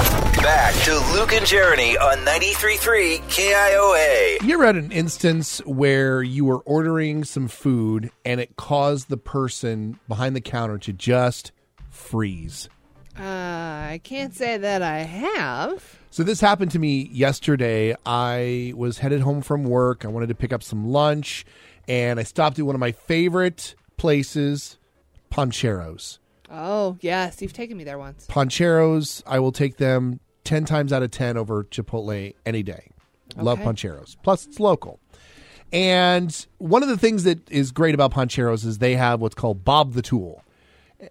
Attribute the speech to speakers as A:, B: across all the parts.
A: back to Luke and Jeremy on 93.3 KIOA.
B: You ever had an instance where you were ordering some food and it caused the person behind the counter to just freeze?
C: Uh, I can't say that I have.
B: So this happened to me yesterday. I was headed home from work. I wanted to pick up some lunch, and I stopped at one of my favorite places, Poncheros.
C: Oh, yes, you've taken me there once.
B: Poncheros, I will take them 10 times out of 10 over Chipotle any day. Love
C: Okay.
B: Poncheros. Plus, it's local. And one of the things that is great about Poncheros is they have what's called Bob the Tool.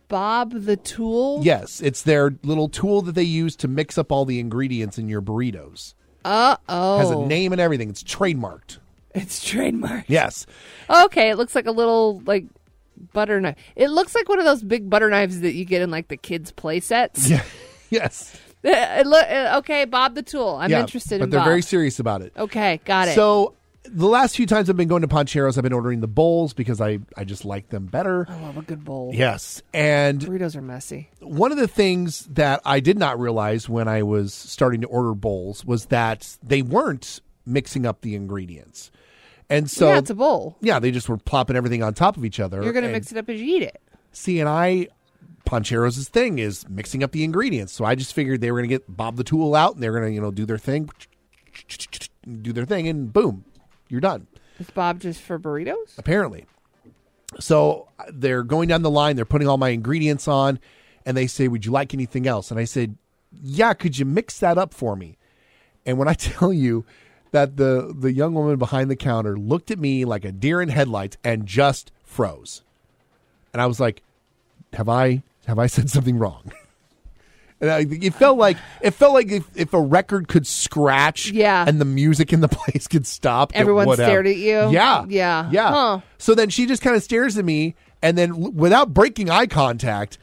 C: Bob the Tool?
B: Yes, it's their little tool that they use to mix up all the ingredients in your burritos.
C: Uh oh.
B: Has a name and everything. It's trademarked.
C: It's trademark.
B: Yes.
C: Okay, it looks like a little, like, butter knife. It looks like one of those big butter knives that you get in, like, the kids' play sets.
B: Yeah. Yes.
C: It loo- uh, okay, Bob the Tool. I'm
B: Yeah,
C: interested
B: But
C: in
B: they're
C: Bob.
B: very serious about it.
C: okay, got it.
B: So the last few times I've been going to Poncheros, I've been ordering the bowls because I, I just like them better.
C: I love Oh, a good bowl.
B: Yes. And
C: Burritos are messy.
B: one of the things that I did not realize when I was starting to order bowls was that they weren't mixing up the ingredients. And so,
C: yeah, it's a bowl.
B: yeah, they just were plopping everything on top of each other.
C: You're going to
B: and-
C: mix it up as you eat it.
B: See, and I, Poncheros' thing is mixing up the ingredients. So I just figured they were going to get Bob the Tool out and they're going to, you know, do their thing, do their thing, and boom, you're done,
C: Is Bob just for burritos?
B: apparently. So uh, they're going down the line, they're putting all my ingredients on, and they say, Would you like anything else? And I said, Yeah, could you mix that up for me? And when I tell you that the, the young woman behind the counter looked at me like a deer in headlights and just froze. And I was like, have I have I said something wrong? And I, it felt like it felt like if, if a record could scratch,
C: Yeah.
B: and the music in the place could stop, it
C: Everyone
B: would have.
C: stared at you?
B: yeah,
C: Yeah.
B: yeah.
C: Huh.
B: So then she just kind of stares at me, and then l- without breaking eye contact,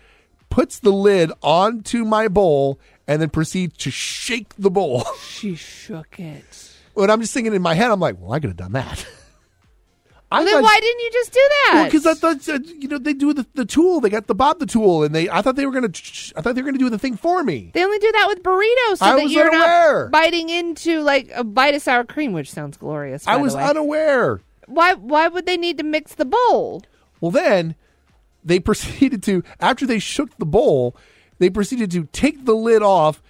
B: puts the lid onto my bowl, and then proceeds to shake the bowl.
C: She shook it.
B: and I'm just thinking in my head, I'm like, well, I could have done that. I
C: Then
B: thought-
C: why didn't you just do that?
B: well, because I thought uh, you know they do the, the tool. They got the Bob the tool, and they I thought they were gonna I thought they were gonna do the thing for me.
C: They only do that with burritos, so
B: I
C: that
B: was
C: you're
B: unaware.
C: not biting into like a bite of sour cream, which sounds glorious. By
B: I was
C: the way.
B: unaware.
C: why? Why would they need to mix the bowl?
B: Well, then they proceeded to after they shook the bowl, they proceeded to take the lid off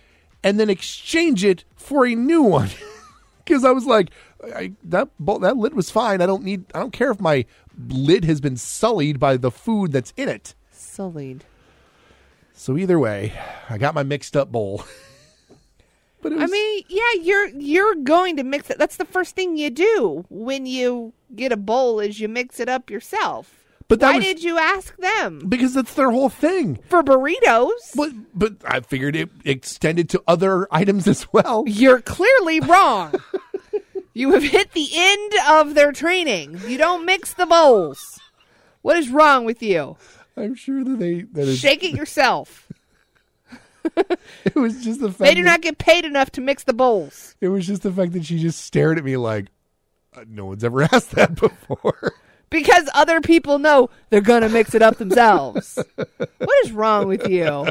B: and then exchange it for a new one. Because I was like, I, that bowl, that lid was fine. I don't need. I don't care if my lid has been sullied by the food that's in it.
C: Sullied.
B: So either way, I got my mixed up bowl. but it was,
C: I mean, yeah, you're you're going to mix it. That's the first thing you do when you get a bowl is you mix it up yourself.
B: But that
C: why
B: was-
C: did you ask them
B: because that's their whole thing.
C: for burritos?
B: But but I figured it extended to other items as well.
C: You're clearly wrong. you have hit the end of their training. You don't mix the bowls. What is wrong with you?
B: I'm sure that they that is,
C: Shake it yourself.
B: it was just the fact
C: They do
B: that,
C: not get paid enough to mix the bowls.
B: it was just the fact that she just stared at me like uh, no one's ever asked that before.
C: Because other people know they're going to mix it up themselves. what is wrong with you?